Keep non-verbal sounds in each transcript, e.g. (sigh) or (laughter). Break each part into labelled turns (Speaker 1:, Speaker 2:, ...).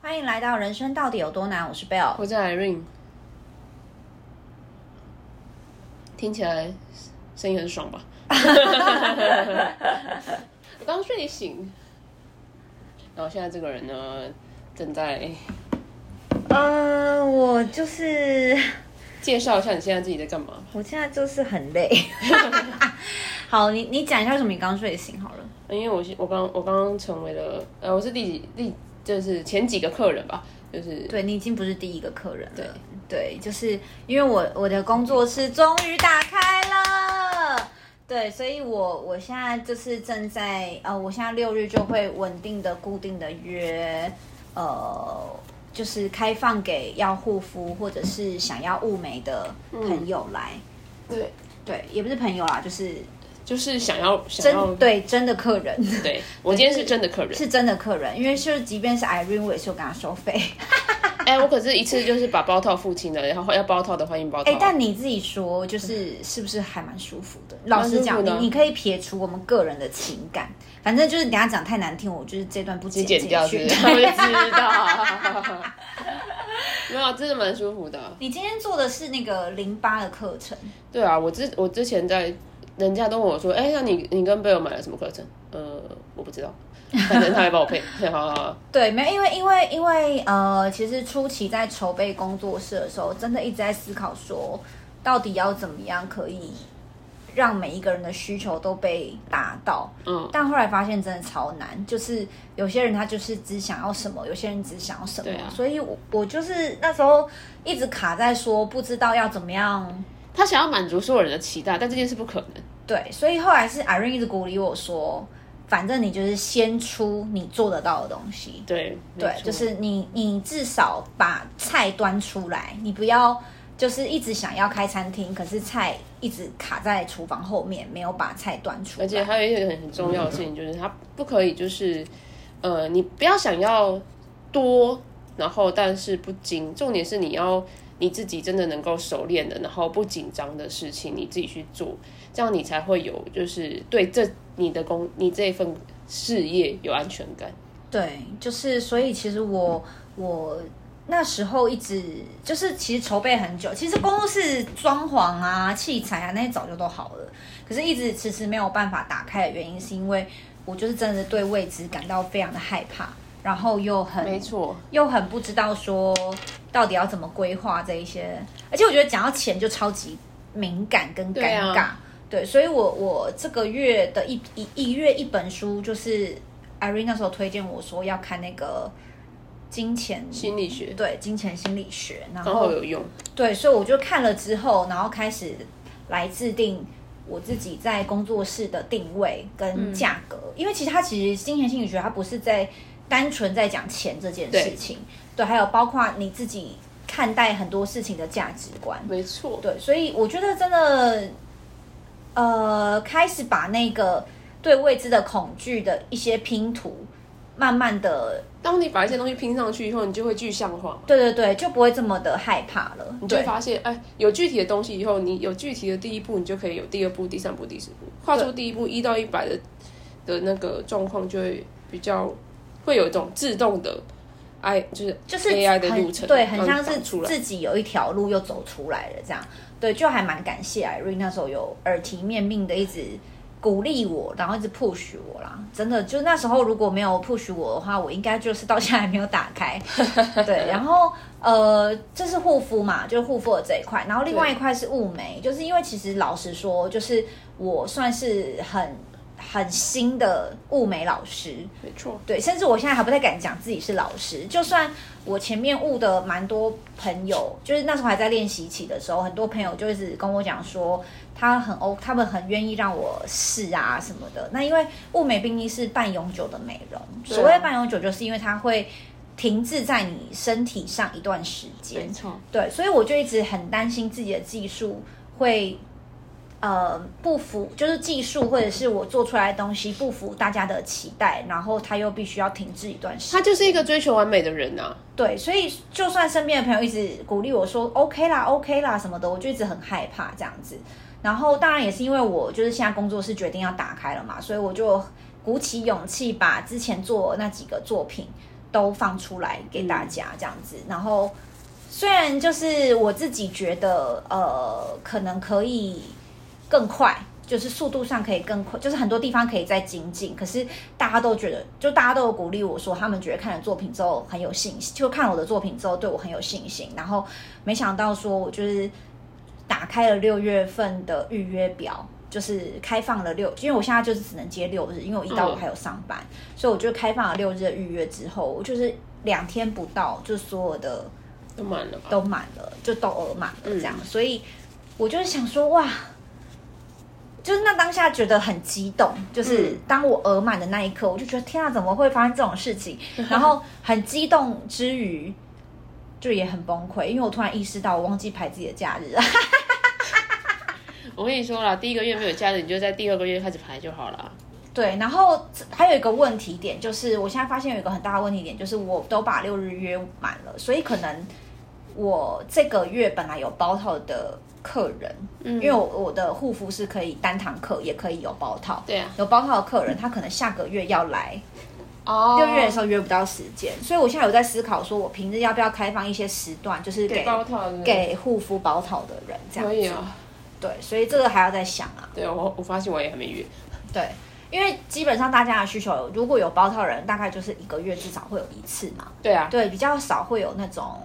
Speaker 1: 欢迎来到人生到底有多难？我是 Bell。
Speaker 2: 我是 Irene，听起来声音很
Speaker 1: (laughs)
Speaker 2: 爽吧？我刚睡醒，然后现在这个人呢，正在
Speaker 1: 呃，我就是， (laughs)
Speaker 2: 介绍一下你现在自己在干嘛。
Speaker 1: 我现在就是很累。 (laughs) 好，你你讲一下为什么你刚睡醒好了。
Speaker 2: 因为我是我刚我刚刚成为了呃，我是第几第就是前几个客人吧，就是
Speaker 1: 对你已经不是第一个客人了。对，就是因为我我的工作室终于打开了。对，所以我我现在就是正在呃，我现在六日就会稳定的、固定的约，呃，就是开放给要护肤或者是想要雾眉的朋友来。
Speaker 2: 嗯对，
Speaker 1: 对，也不是朋友啦，就是
Speaker 2: 就是想要想要
Speaker 1: 真对真的客人，
Speaker 2: 哦对我今天是真的客人，
Speaker 1: 是 (laughs) 真的客人，因为就是即便是 Irene，我也是有跟他收费。
Speaker 2: 哎、我可是一次就是把包套付清了，然后要包套的欢迎包套。
Speaker 1: 哎、但你自己说，就是是不是还蛮舒服的？老实
Speaker 2: 嗯舒
Speaker 1: 讲，
Speaker 2: 服
Speaker 1: 你
Speaker 2: 的啊
Speaker 1: 你可以撇除我们个人的情感，反正就是等一下讲太难听，我就是这段不剪
Speaker 2: 剪掉是
Speaker 1: 进
Speaker 2: 不
Speaker 1: 去
Speaker 2: 是？。我就知 (laughs) 道，没有啊，真的蛮舒服的啊。
Speaker 1: (laughs) 你今天做的是那个淋巴的课程，
Speaker 2: 对啊，我之我之前在，人家都问我说，哎、那你你跟贝尔买了什么课程？呃，我不知 (laughs) 道，反正他来帮我配。好好好，
Speaker 1: 对，没有，因为因为因为呃，其实初期在筹备工作室的时候，真的一直在思考说，到底要怎么样可以让每一个人的需求都被达到。
Speaker 2: 嗯，
Speaker 1: 但后来发现真的超难，就是有些人他就是只想要什么，有些人只想要什么，
Speaker 2: 对啊
Speaker 1: 所以我我就是那时候一直卡在说不知道要怎么样。
Speaker 2: 他想要满足所有人的期待，但这件事不可能。
Speaker 1: 对，所以后来是 Irene 一直鼓励我说，反正你就是先出你做得到的东西，
Speaker 2: 对
Speaker 1: 对
Speaker 2: 没，错
Speaker 1: 就是你你至少把菜端出来，你不要就是一直想要开餐厅，可是菜一直卡在厨房后面，没有把菜端出来。
Speaker 2: 而且还有一件很重要的事情，就是他不可以就是，呃，你不要想要多，然后但是不精。重点是你要你自己真的能够熟练的，然后不紧张的事情，你自己去做，这样你才会有就是对这你的工你这份事业有安全感。
Speaker 1: 对，就是所以其实我我那时候一直就是其实筹备很久，其实工作室装潢啊、器材啊那些早就都好了，可是一直迟迟没有办法打开的原因，是因为我就是真的对未知感到非常的害怕，然后又很
Speaker 2: 错，
Speaker 1: 又很不知道说到底要怎么规划这一些，而且我觉得讲到钱就超级敏感跟尴
Speaker 2: 对
Speaker 1: 尬，
Speaker 2: 啊
Speaker 1: 对，所以我我这个月的一一一月一本书就是 Irene 那时候推荐我说要看那个金钱
Speaker 2: 心理学
Speaker 1: 对金钱心理学，然
Speaker 2: 刚
Speaker 1: 后
Speaker 2: 好有用。
Speaker 1: 对，所以我就看了之后，然后开始来制定我自己在工作室的定位跟价格，因为其实它其实金钱心理学它不是在单纯在讲钱这件事情，对，还有包括你自己看待很多事情的价值观，
Speaker 2: 没错，
Speaker 1: 对，所以我觉得真的，呃，开始把那个对未知的恐惧的一些拼图，慢慢的，
Speaker 2: 当你把一些东西拼上去以后，你就会具象化嘛。
Speaker 1: 对对对，就不会这么的害怕了，
Speaker 2: 你就
Speaker 1: 对
Speaker 2: 会发现，哎，有具体的东西以后，你有具体的第一步，你就可以有第二步、第三步、第四步，跨出第一步一到一百的的那个状况，就会比较会有一种自动的 I 就是
Speaker 1: 就是
Speaker 2: AI 的
Speaker 1: 很
Speaker 2: 路程，
Speaker 1: 对，很像
Speaker 2: 让
Speaker 1: 是
Speaker 2: 你出来。
Speaker 1: 自己有一条路又走出来了这样。对，就还蛮感谢 Irene 那时候有耳提面命的一直鼓励我，然后一直 push 我啦。真的，就那时候如果没有 push 我的话，我应该就是到现在还没有打
Speaker 2: (laughs)
Speaker 1: 开。对，然后呃，这是护肤嘛，就是护肤的这一块，然后另外一块是雾眉，就是因为其实老实说，就是我算是很很新的雾眉老师。
Speaker 2: 没错，
Speaker 1: 对，甚至我现在还不太敢讲自己是老师，就算我前面悟的蛮多朋友，就是那时候还在练习期的时候，很多朋友就一直跟我讲说，他很哦，他们很愿意让我试啊什么的。那因为物美病医是半永久的美容，
Speaker 2: 对啊
Speaker 1: 所谓半永久，就是因为它会停滞在你身体上一段时间，
Speaker 2: 错，
Speaker 1: 对，所以我就一直很担心自己的技术会呃不符，就是技术或者是我做出来的东西不符大家的期待，然后它又必须要停滞一段时
Speaker 2: 他
Speaker 1: 间。
Speaker 2: 就是一个追求完美的人啊。
Speaker 1: 对，所以就算身边的朋友一直鼓励我说 OK 啦，OK 啦什么的，我就一直很害怕这样子。然后当然也是因为我就是现在工作室决定要打开了嘛，所以我就鼓起勇气把之前做那几个作品都放出来给大家这样子。然后虽然就是我自己觉得，呃，可能可以更快。就是速度上可以更快，就是很多地方可以再精进。可是大家都觉得，就大家都有鼓励我说，他们觉得看了作品之后很有信心，就看了我的作品之后对我很有信心。然后没想到说我就是打开了六月份的预约表，就是开放了六，因为我现在就是只能接六日，因为我一到五还有上班，所以我就开放了六日的预约之后，我就是两天不到，就所有的
Speaker 2: 都满了吧？
Speaker 1: 都满了，就都额满了这样。所以我就是想说，哇。就是那当下觉得很激动，就是当我额满的那一刻，我就觉得天啊，怎么会发生这种事情？然后很激动之余，就也很崩溃，因为我突然意识到我忘记排自己的假日了。
Speaker 2: 我跟你说啦，第一个月没有假日，你就在第二个月开始排就好了。
Speaker 1: 对，然后还有一个问题点就是，我现在发现有一个很大的问题点，就是我都把六日约满了，所以可能我这个月本来有包套的客人，
Speaker 2: 嗯
Speaker 1: 因为我我的护肤是可以单堂课，也可以有包套。
Speaker 2: 对啊，
Speaker 1: 有包套的客人，他可能下个月要来，
Speaker 2: 哦
Speaker 1: 六月的时候约不到时间，所以我现在有在思考，说我平日要不要开放一些时段，就是
Speaker 2: 给
Speaker 1: 给
Speaker 2: 包套是不是
Speaker 1: 给护肤保讨的人这样
Speaker 2: 可
Speaker 1: 子。
Speaker 2: 以啊。
Speaker 1: 对，所以这个还要再想啊。
Speaker 2: 对我，我发现我也还没约。
Speaker 1: 对，因为基本上大家的需求，如果有包套的人，大概就是一个月至少会有一次嘛。
Speaker 2: 对啊，
Speaker 1: 对，比较少会有那种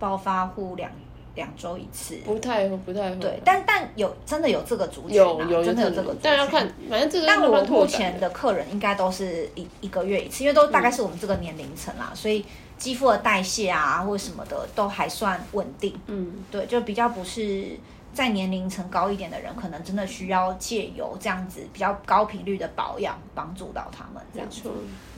Speaker 1: 暴发户两两周一次。
Speaker 2: 不太会，不太会。
Speaker 1: 对，但但有真的有这个族群、啊，
Speaker 2: 有有
Speaker 1: 真的有这个族群，
Speaker 2: 但要看，反正这个
Speaker 1: 但
Speaker 2: 慢
Speaker 1: 我
Speaker 2: 慢
Speaker 1: 目
Speaker 2: 拓
Speaker 1: 前
Speaker 2: 展。
Speaker 1: 的客人应该都是一一个月一次，因为都大概是我们这个年龄层啦，所以肌肤的代谢啊或什么的都还算稳定。
Speaker 2: 嗯，
Speaker 1: 对，就比较不是在年龄层高一点的人，可能真的需要借由这样子比较高频率的保养，帮助到他们这
Speaker 2: 没
Speaker 1: 样子，
Speaker 2: 错。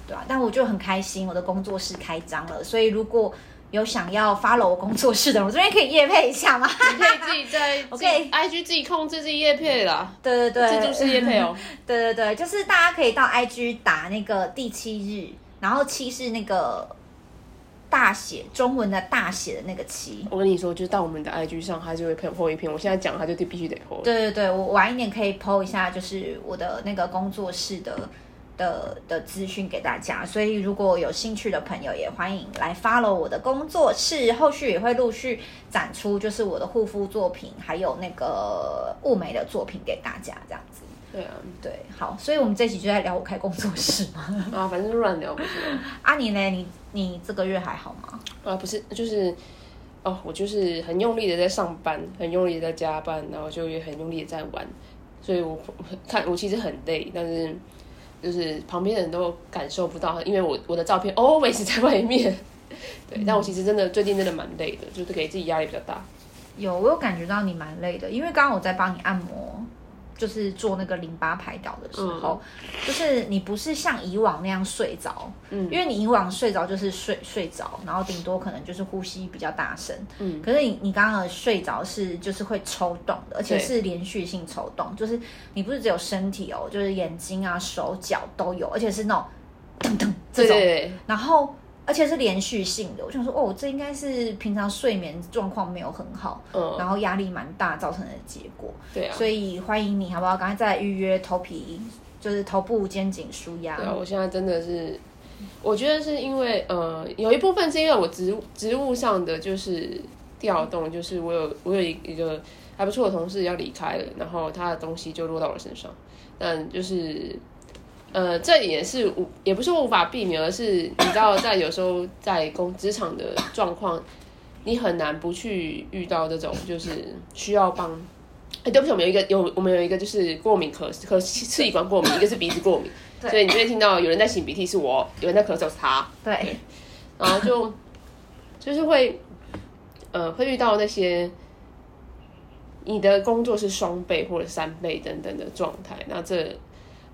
Speaker 1: 对啊，但我就很开心，我的工作室开张了，所以如果有想要 follow 我工作室的人，我这边可以夜配一下吗？ (laughs)
Speaker 2: 你可以自己 (laughs) 在自己
Speaker 1: OK
Speaker 2: IG 自己控制自己叶配啦，
Speaker 1: 对对对，
Speaker 2: 这就是叶配哦。
Speaker 1: 对对对，就是大家可以到 IG 打那个第七日，然后七是那个大写中文的大写的那个七。
Speaker 2: (laughs) 我跟你说，就是到我们的 IG 上，它就会 po 一篇。我现在讲，它就必须得 po。
Speaker 1: 对对对，我晚一点可以 PO 一下，就是我的那个工作室的的的资讯给大家。所以如果有兴趣的朋友，也欢迎来 follow 我的工作室，后续也会陆续展出就是我的护肤作品，还有那个雾眉的作品给大家，这样子。
Speaker 2: 对啊，
Speaker 1: 对，好，所以我们这集就在聊我开工作室嘛。
Speaker 2: 啊，反正就乱聊不是吗？
Speaker 1: 啊，你呢？你你这个月还好吗？
Speaker 2: 啊，不是，就是哦，我就是很用力的在上班，很用力的在加班，然后就也很用力的在玩，所以我 (laughs) 看我其实很累，但是就是旁边的人都感受不到，因为我我的照片 always 在外面。 (laughs) 对，但我其实真的最近真的蛮累的，就是给自己压力比较大。
Speaker 1: 有，我有感觉到你蛮累的，因为刚刚我在帮你按摩，就是做那个淋巴排导的时候，
Speaker 2: 嗯
Speaker 1: 就是你不是像以往那样睡着，嗯，因为你以往睡着就是睡睡着，然后顶多可能就是呼吸比较大声，嗯，可是你你刚刚的睡着是就是会抽动的，而且
Speaker 2: 对
Speaker 1: 是连续性抽动，就是你不是只有身体哦，就是眼睛啊、手脚都有，而且是那种噔噔这
Speaker 2: 对
Speaker 1: 种
Speaker 2: 对，对，
Speaker 1: 然后而且是连续性的，我想说，哦，这应该是平常睡眠状况没有很好，
Speaker 2: 嗯，
Speaker 1: 然后压力蛮大造成的结果，
Speaker 2: 对啊，
Speaker 1: 所以欢迎你，好不好？赶快再来预约头皮，就是头部、肩颈舒压
Speaker 2: 对。啊，我现在真的是，我觉得是因为呃，有一部分是因为我职务职务上的就是调动，就是我有我有一一个还不错的同事要离开了，然后他的东西就落到我身上，但就是。呃，这也是无，也不是无法避免，而是你知道，在有时候在工职场的状况，你很难不去遇到这种就是需要帮。哎，对不起，我们有一个有我们有一个就是过敏咳咳 (laughs) 刺激管过敏，一个是鼻子过敏，所以你就会听到有人在擤鼻涕是我，有人在咳嗽是他，
Speaker 1: 对，
Speaker 2: 然后就 (laughs) 就是会呃会遇到那些你的工作是双倍或者三倍等等的状态，那这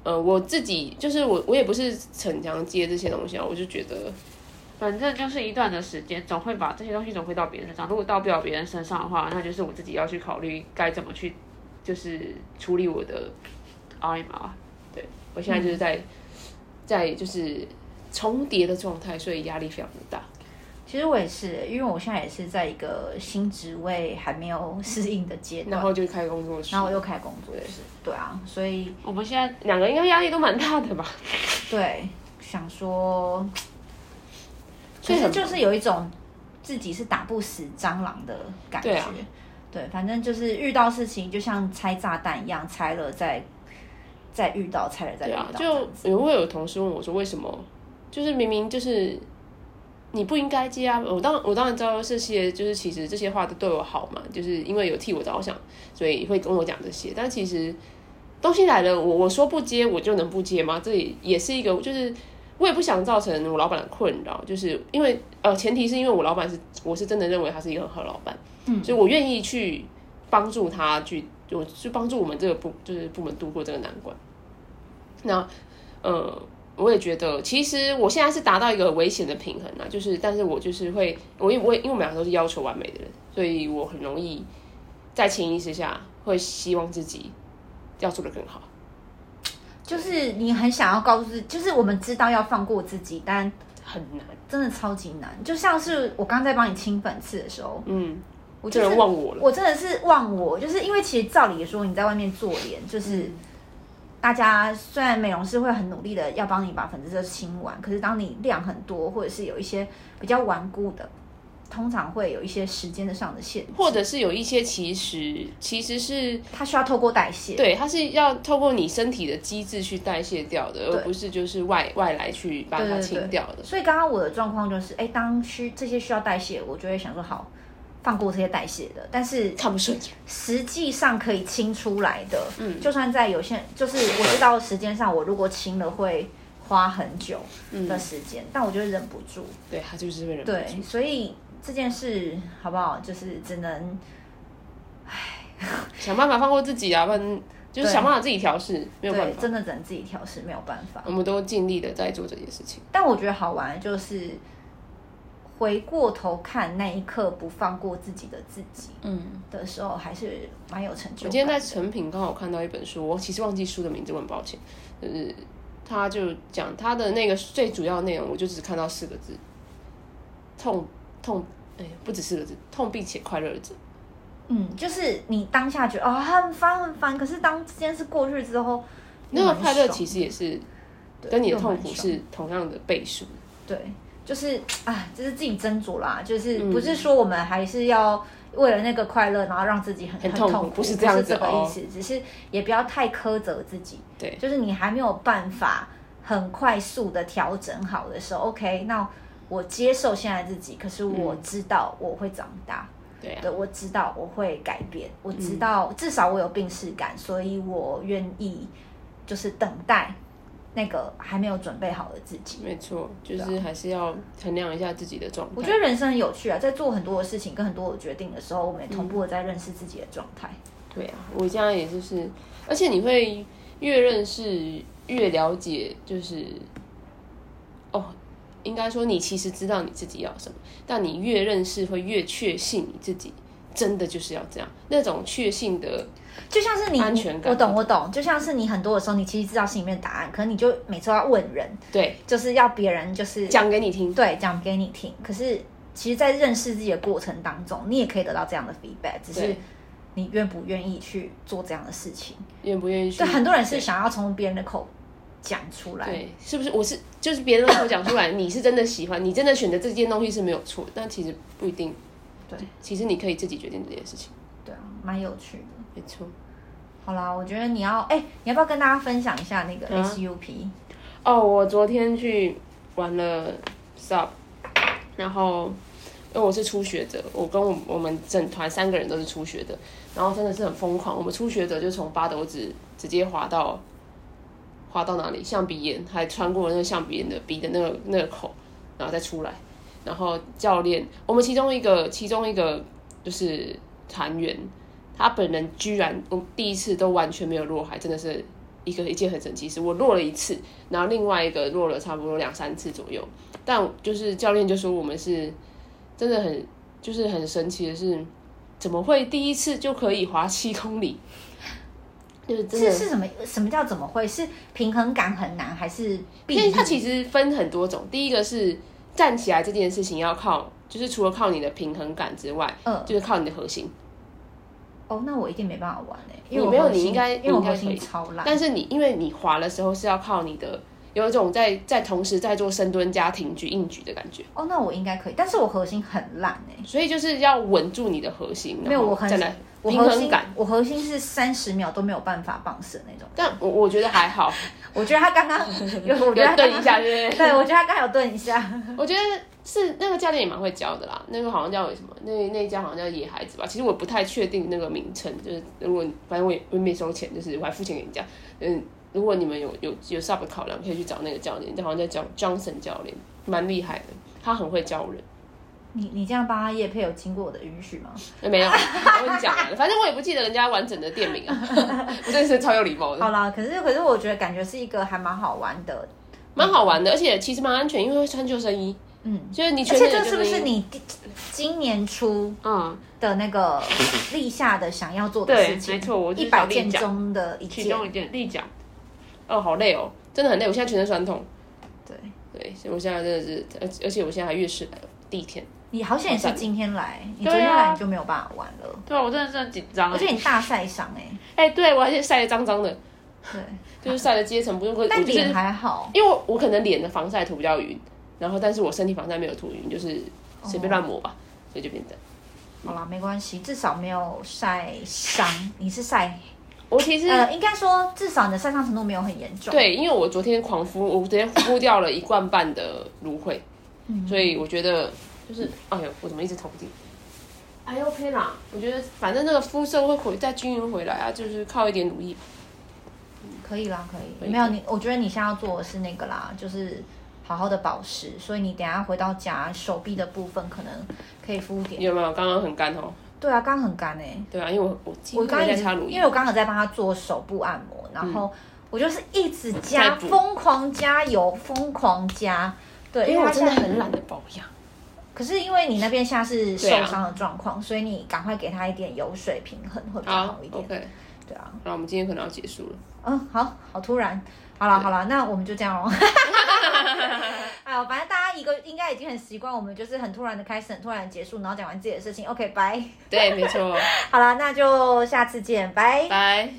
Speaker 2: 呃我自己就是我我也不是逞强接这些东西啊，我就觉得
Speaker 3: 反正就是一段的时间，总会把这些东西总会到别人身上。如果到不了别人身上的话，那就是我自己要去考虑该怎么去，就是处理我的啊
Speaker 2: 啊
Speaker 3: RMR。
Speaker 2: 对我现在就是在、在就是重叠的状态，所以压力非常的大。
Speaker 1: 其实我也是，因为我现在也是在一个新职位还没有适应的阶
Speaker 2: 然
Speaker 1: 段，
Speaker 2: 后就开工作室，
Speaker 1: 然后我又开工作室，对啊，所以
Speaker 3: 我们现在
Speaker 2: 两个应该压力都蛮大的吧？
Speaker 1: 对，想说可
Speaker 2: 以
Speaker 1: 是
Speaker 2: 很
Speaker 1: 就是有一种自己是打不死蟑螂的感觉。
Speaker 2: 对啊
Speaker 1: 对反正就是遇到事情就像拆炸弹一样，拆了再再遇到，拆了再遇
Speaker 2: 对啊
Speaker 1: 到，这样
Speaker 2: 就
Speaker 1: 子。
Speaker 2: 有会有同事问我说，为什么就是明明就是你不应该接啊？我当我当然知道这些，就是其实这些话都对我好嘛，就是因为有替我着想，所以会跟我讲这些。但其实东西来了，我我说不接，我就能不接吗？这也也是一个，就是我也不想造成我老板的困扰，就是因为呃，前提是因为我老板是我是真的认为他是一个很好的老板，嗯，所以我愿意去帮助他去。就去帮助我们这个部就是部门度过这个难关。那呃，我也觉得，其实我现在是达到一个危险的平衡啊，就是，但是我就是会，我因我因为我们两个都是要求完美的人，所以我很容易在潜意识下会希望自己要做的更好。
Speaker 1: 就是你很想要告诉自己，就是我们知道要放过自己，但
Speaker 2: 很难，
Speaker 1: 真的超级难。就像是我刚在帮你清粉刺的时候，
Speaker 2: 嗯，
Speaker 1: 我
Speaker 2: 这
Speaker 1: 就是
Speaker 2: 人忘我了，
Speaker 1: 我真的是忘我，就是因为其实照理说你在外面做脸，
Speaker 2: 嗯
Speaker 1: 就是大家虽然美容师会很努力的要帮你把粉刺色清完，可是当你量很多或者是有一些比较顽固的，通常会有一些时间的上的限制，
Speaker 2: 或者是有一些其实其实是
Speaker 1: 它需要透过代谢。
Speaker 2: 对，它是要透过你身体的机制去代谢掉的，
Speaker 1: 对
Speaker 2: 而不是就是外外来去把
Speaker 1: 对
Speaker 2: 它
Speaker 1: 对
Speaker 2: 清
Speaker 1: 对
Speaker 2: 掉的。
Speaker 1: 所以刚刚我的状况就是，哎，当需这些需要代谢，我就会想说好放过这些代谢的，但是
Speaker 2: 看不顺眼，
Speaker 1: 实际上可以清出来的，嗯，就算在有些，就是我知道时间上，我如果清了会花很久
Speaker 2: 嗯
Speaker 1: 的时间，但我就会忍不住，
Speaker 2: 对他就是会忍不住
Speaker 1: 对，。所以这件事好不好，就是只能
Speaker 2: 想办法放过自己啊，不然就是
Speaker 1: 对
Speaker 2: 想办法自己调试，没有办
Speaker 1: 对，
Speaker 2: 法。
Speaker 1: 真的只能自己调试，没有办法
Speaker 2: 我。们都尽力的在做这件事情。
Speaker 1: 但我觉得好玩的就是回过头看那一刻不放过自己的自己
Speaker 2: 嗯，
Speaker 1: 的时候，还是蛮有成就感的。
Speaker 2: 我今天在成品刚好看到一本书，我其实忘记书的名字，我很抱歉。就是他就讲他的那个最主要内容，我就只看到四个字：痛痛。哎，不止四个字，痛并且快乐着。
Speaker 1: 嗯，就是你当下觉得哦很烦很烦，可是当这件事过去之后，
Speaker 2: 那个快乐
Speaker 1: 实。
Speaker 2: 其实也是
Speaker 1: 对
Speaker 2: 跟你的
Speaker 1: 又
Speaker 2: 痛
Speaker 1: 蛮
Speaker 2: 苦
Speaker 1: 爽
Speaker 2: 是同样的倍数。
Speaker 1: 对，就是哎，就是自己斟酌啦，就是
Speaker 2: 嗯
Speaker 1: 不是说我们还是要为了那个快乐，然后让自己很
Speaker 2: 很
Speaker 1: 很
Speaker 2: 痛苦
Speaker 1: 苦，
Speaker 2: 不
Speaker 1: 不
Speaker 2: 是这样子
Speaker 1: 这个
Speaker 2: 哦
Speaker 1: 意思，只是也不要太苛责自己，
Speaker 2: 对，
Speaker 1: 就是你还没有办法很快速的调整好的时候，OK，那我接受现在自己，可是我知道我会长大。
Speaker 2: 嗯对啊嗯
Speaker 1: 对，我知道我会改变，我知道、至少我有病耻感，所以我愿意就是等待那个还没有准备好的自己。
Speaker 2: 没错，就是还是要衡量一下自己的状态。
Speaker 1: 啊我觉得人生很有趣啊，在做很多的事情跟很多的决定的时候，我们也同步的在认识自己的状态。
Speaker 2: 对啊，我现在也就是，而且你会越认识越了解，就是哦，应该说你其实知道你自己要什么，但你越认识会越确信你自己真的就是要这样，那种确信的，
Speaker 1: 就像是你，
Speaker 2: 安全感
Speaker 1: 我懂，我懂。就像是你很多的时候，你其实知道心里面的答案，可是你就每次都要问人，
Speaker 2: 对，
Speaker 1: 就是要别人就是
Speaker 2: 讲给你听，
Speaker 1: 对讲给你听。可是其实，在认识自己的过程当中，你也可以得到这样的 feedback，只是
Speaker 2: 对
Speaker 1: 你愿不愿意去做这样的事情。
Speaker 2: 愿不愿意去？
Speaker 1: 对，很多人是想要从别人的口讲出来，
Speaker 2: 对，是不是？我是就是别人跟我讲出来， (coughs) 你是真的喜欢，你真的选择这件东西是没有错，但其实不一定。
Speaker 1: 对，
Speaker 2: 其实你可以自己决定这件事情，
Speaker 1: 对啊，蛮有趣的。
Speaker 2: 没错。
Speaker 1: 好啦，我觉得你要哎、你要不要跟大家分享一下那个
Speaker 2: 嗯
Speaker 1: SUP？、
Speaker 2: 哦，我昨天去玩了 sub，然后因为我是初学者，我跟我我们整团三个人都是初学者，然后真的是很疯狂。我们初学者就从八斗子直接滑到滑到哪里象鼻岩，还穿过那个象鼻岩的鼻的那个那个口，然后再出来。然后教练，我们其中一个其中一个就是团员，他本人居然我第一次都完全没有落海，真的是一个一件很神奇事。我落了一次，然后另外一个落了差不多两三次左右。但就是教练就说我们是真的很就是很神奇的是，怎么会第一次就可以滑七公里？ (laughs) 就是真的
Speaker 1: 是是什么？什么叫怎么会？是平衡感很难，还是
Speaker 2: 因为
Speaker 1: 避
Speaker 2: 它其实分很多种，第一个是站起来这件事情要靠，就是除了靠你的平衡感之外，
Speaker 1: 嗯
Speaker 2: 就是靠你的核心。
Speaker 1: 哦，那我一定没办法玩诶、因为
Speaker 2: 你
Speaker 1: 我
Speaker 2: 没有
Speaker 1: 核心
Speaker 2: 你应该
Speaker 1: 因为我核
Speaker 2: 你应
Speaker 1: 心
Speaker 2: 该可以
Speaker 1: 超烂。
Speaker 2: 但是你因为你滑的时候是要靠你的有一种在在同时在做深蹲加挺举硬举的感觉。
Speaker 1: 哦，那我应该可以，但是我核心很烂哎、
Speaker 2: 所以就是要稳住你的核心，
Speaker 1: 没有，
Speaker 2: 然后
Speaker 1: 我很
Speaker 2: 再来
Speaker 1: 我
Speaker 2: 平
Speaker 1: 核
Speaker 2: 衡
Speaker 1: 心
Speaker 2: 感。，
Speaker 1: 我核心是三十秒都没有办法棒死的那种。
Speaker 2: 但我我觉得还好，
Speaker 1: 我觉得他
Speaker 2: (laughs)
Speaker 1: 刚刚有，我觉得他刚
Speaker 2: 有顿
Speaker 1: 刚
Speaker 2: 一下，对不对？
Speaker 1: 对我觉得他刚刚有顿一下。
Speaker 2: 我觉得是那个教练也蛮会教的啦，那个好像叫什么，那那一家好像叫野孩子吧。其实我不太确定那个名称，就是如果反正我也我也没收钱，就是我还付钱给人家。嗯，如果你们有有有 sub 的考量，可以去找那个教练，好像叫 John Johnson 教练，蛮厉害的，他很会教人。
Speaker 1: 你你这样帮他叶配有经过我的允许吗？
Speaker 2: 哎没有，我跟你讲完了，反正我也不记得人家完整的店名啊， (laughs) 我真的是超有礼貌
Speaker 1: 好
Speaker 2: 的，
Speaker 1: 啦，可是可是我觉得感觉是一个还蛮好玩的，
Speaker 2: 蛮好玩的，而且其实蛮安全，因为会穿救生衣，
Speaker 1: 嗯。
Speaker 2: 就是你
Speaker 1: 而
Speaker 2: 全
Speaker 1: 且
Speaker 2: 身
Speaker 1: 这
Speaker 2: 的
Speaker 1: 是不
Speaker 2: 救生
Speaker 1: 是
Speaker 2: 衣
Speaker 1: 你第今年初
Speaker 3: 嗯，
Speaker 1: 的那
Speaker 3: (laughs)
Speaker 1: 个立下的想要做的
Speaker 3: 对
Speaker 1: 事情？
Speaker 3: 没错我就
Speaker 1: 一
Speaker 3: 是
Speaker 1: 百
Speaker 3: 想立
Speaker 1: 件
Speaker 3: 奖
Speaker 1: 中的一
Speaker 3: 其
Speaker 1: 件。
Speaker 3: 中一件立奖，
Speaker 2: 哦，好累哦，真的很累，我现在全身酸痛。
Speaker 1: 对，
Speaker 2: 对，所以我现在真的是，而而且我现在还月事来了，第一天。
Speaker 1: 你好险也是
Speaker 2: 好赞
Speaker 1: 今天来，你
Speaker 3: 对
Speaker 1: 昨
Speaker 3: 啊
Speaker 1: 天来你就没有办法玩了，
Speaker 3: 对啊，我真的是很紧张
Speaker 1: 而且你大晒伤哎，
Speaker 2: 哎、对我还是晒得脏脏的，
Speaker 3: (laughs)
Speaker 1: 对，
Speaker 2: 就是晒的阶
Speaker 1: (laughs)
Speaker 2: 层不是会，我
Speaker 1: 但
Speaker 2: 就是
Speaker 1: 脸还好，
Speaker 2: 因为我我可能脸的防晒涂比较匀，然后但是我身体防晒没有涂匀，就是随便乱抹吧，所以就变这样。
Speaker 1: 好啦，没关系，至少没有晒伤，你是晒
Speaker 2: 我其实、
Speaker 1: 呃，应该说至少你的晒伤程度没有很严重，，
Speaker 2: 对，因为我昨天狂敷，我昨天敷掉了一罐半的芦荟，
Speaker 1: 嗯
Speaker 2: 所以我觉得就是，哎呦，我怎么一直头不进？还 OK 啦，我觉得反正那个肤色会回再均匀回来啊，就是靠一点乳液吧。
Speaker 1: 可以啦，可以，
Speaker 2: 可以
Speaker 1: 没有你，我觉得你现在要做的是那个啦，就是好好的保湿，所以你等一下回到家手臂的部分可能可以敷一点，
Speaker 2: 有没有？刚刚很干哦。
Speaker 1: 对啊，刚刚很干哎、
Speaker 2: 对啊，因为我我几乎
Speaker 1: 我
Speaker 2: 没
Speaker 1: 刚刚
Speaker 2: 在
Speaker 1: 一直
Speaker 2: 擦乳液
Speaker 1: 因为。我刚刚有在帮他做手部按摩，然后我就是一直加，
Speaker 2: 嗯在补
Speaker 1: 疯狂加油，疯狂加。对，
Speaker 2: 因为
Speaker 1: 他
Speaker 2: 我真的
Speaker 1: 现在
Speaker 2: 很懒。得保养。
Speaker 1: 可是因为你那边现在是受
Speaker 2: 对啊
Speaker 1: 伤的状况，所以你赶快给他一点油水平衡会比较
Speaker 2: 好
Speaker 1: 好一点。
Speaker 2: ，OK，
Speaker 1: 对啊，
Speaker 2: 那我们今天可能要结束了。
Speaker 1: 嗯，好好突然，好了好了，那我们就这 (laughs) 样喽。哎呦，反正大家一个应该已经很习惯，我们就是很突然的开始，很突然地结束，然后讲完自己的事情。OK，拜。
Speaker 2: 对，没错，
Speaker 1: 好了，那就下次见，拜。
Speaker 2: 拜。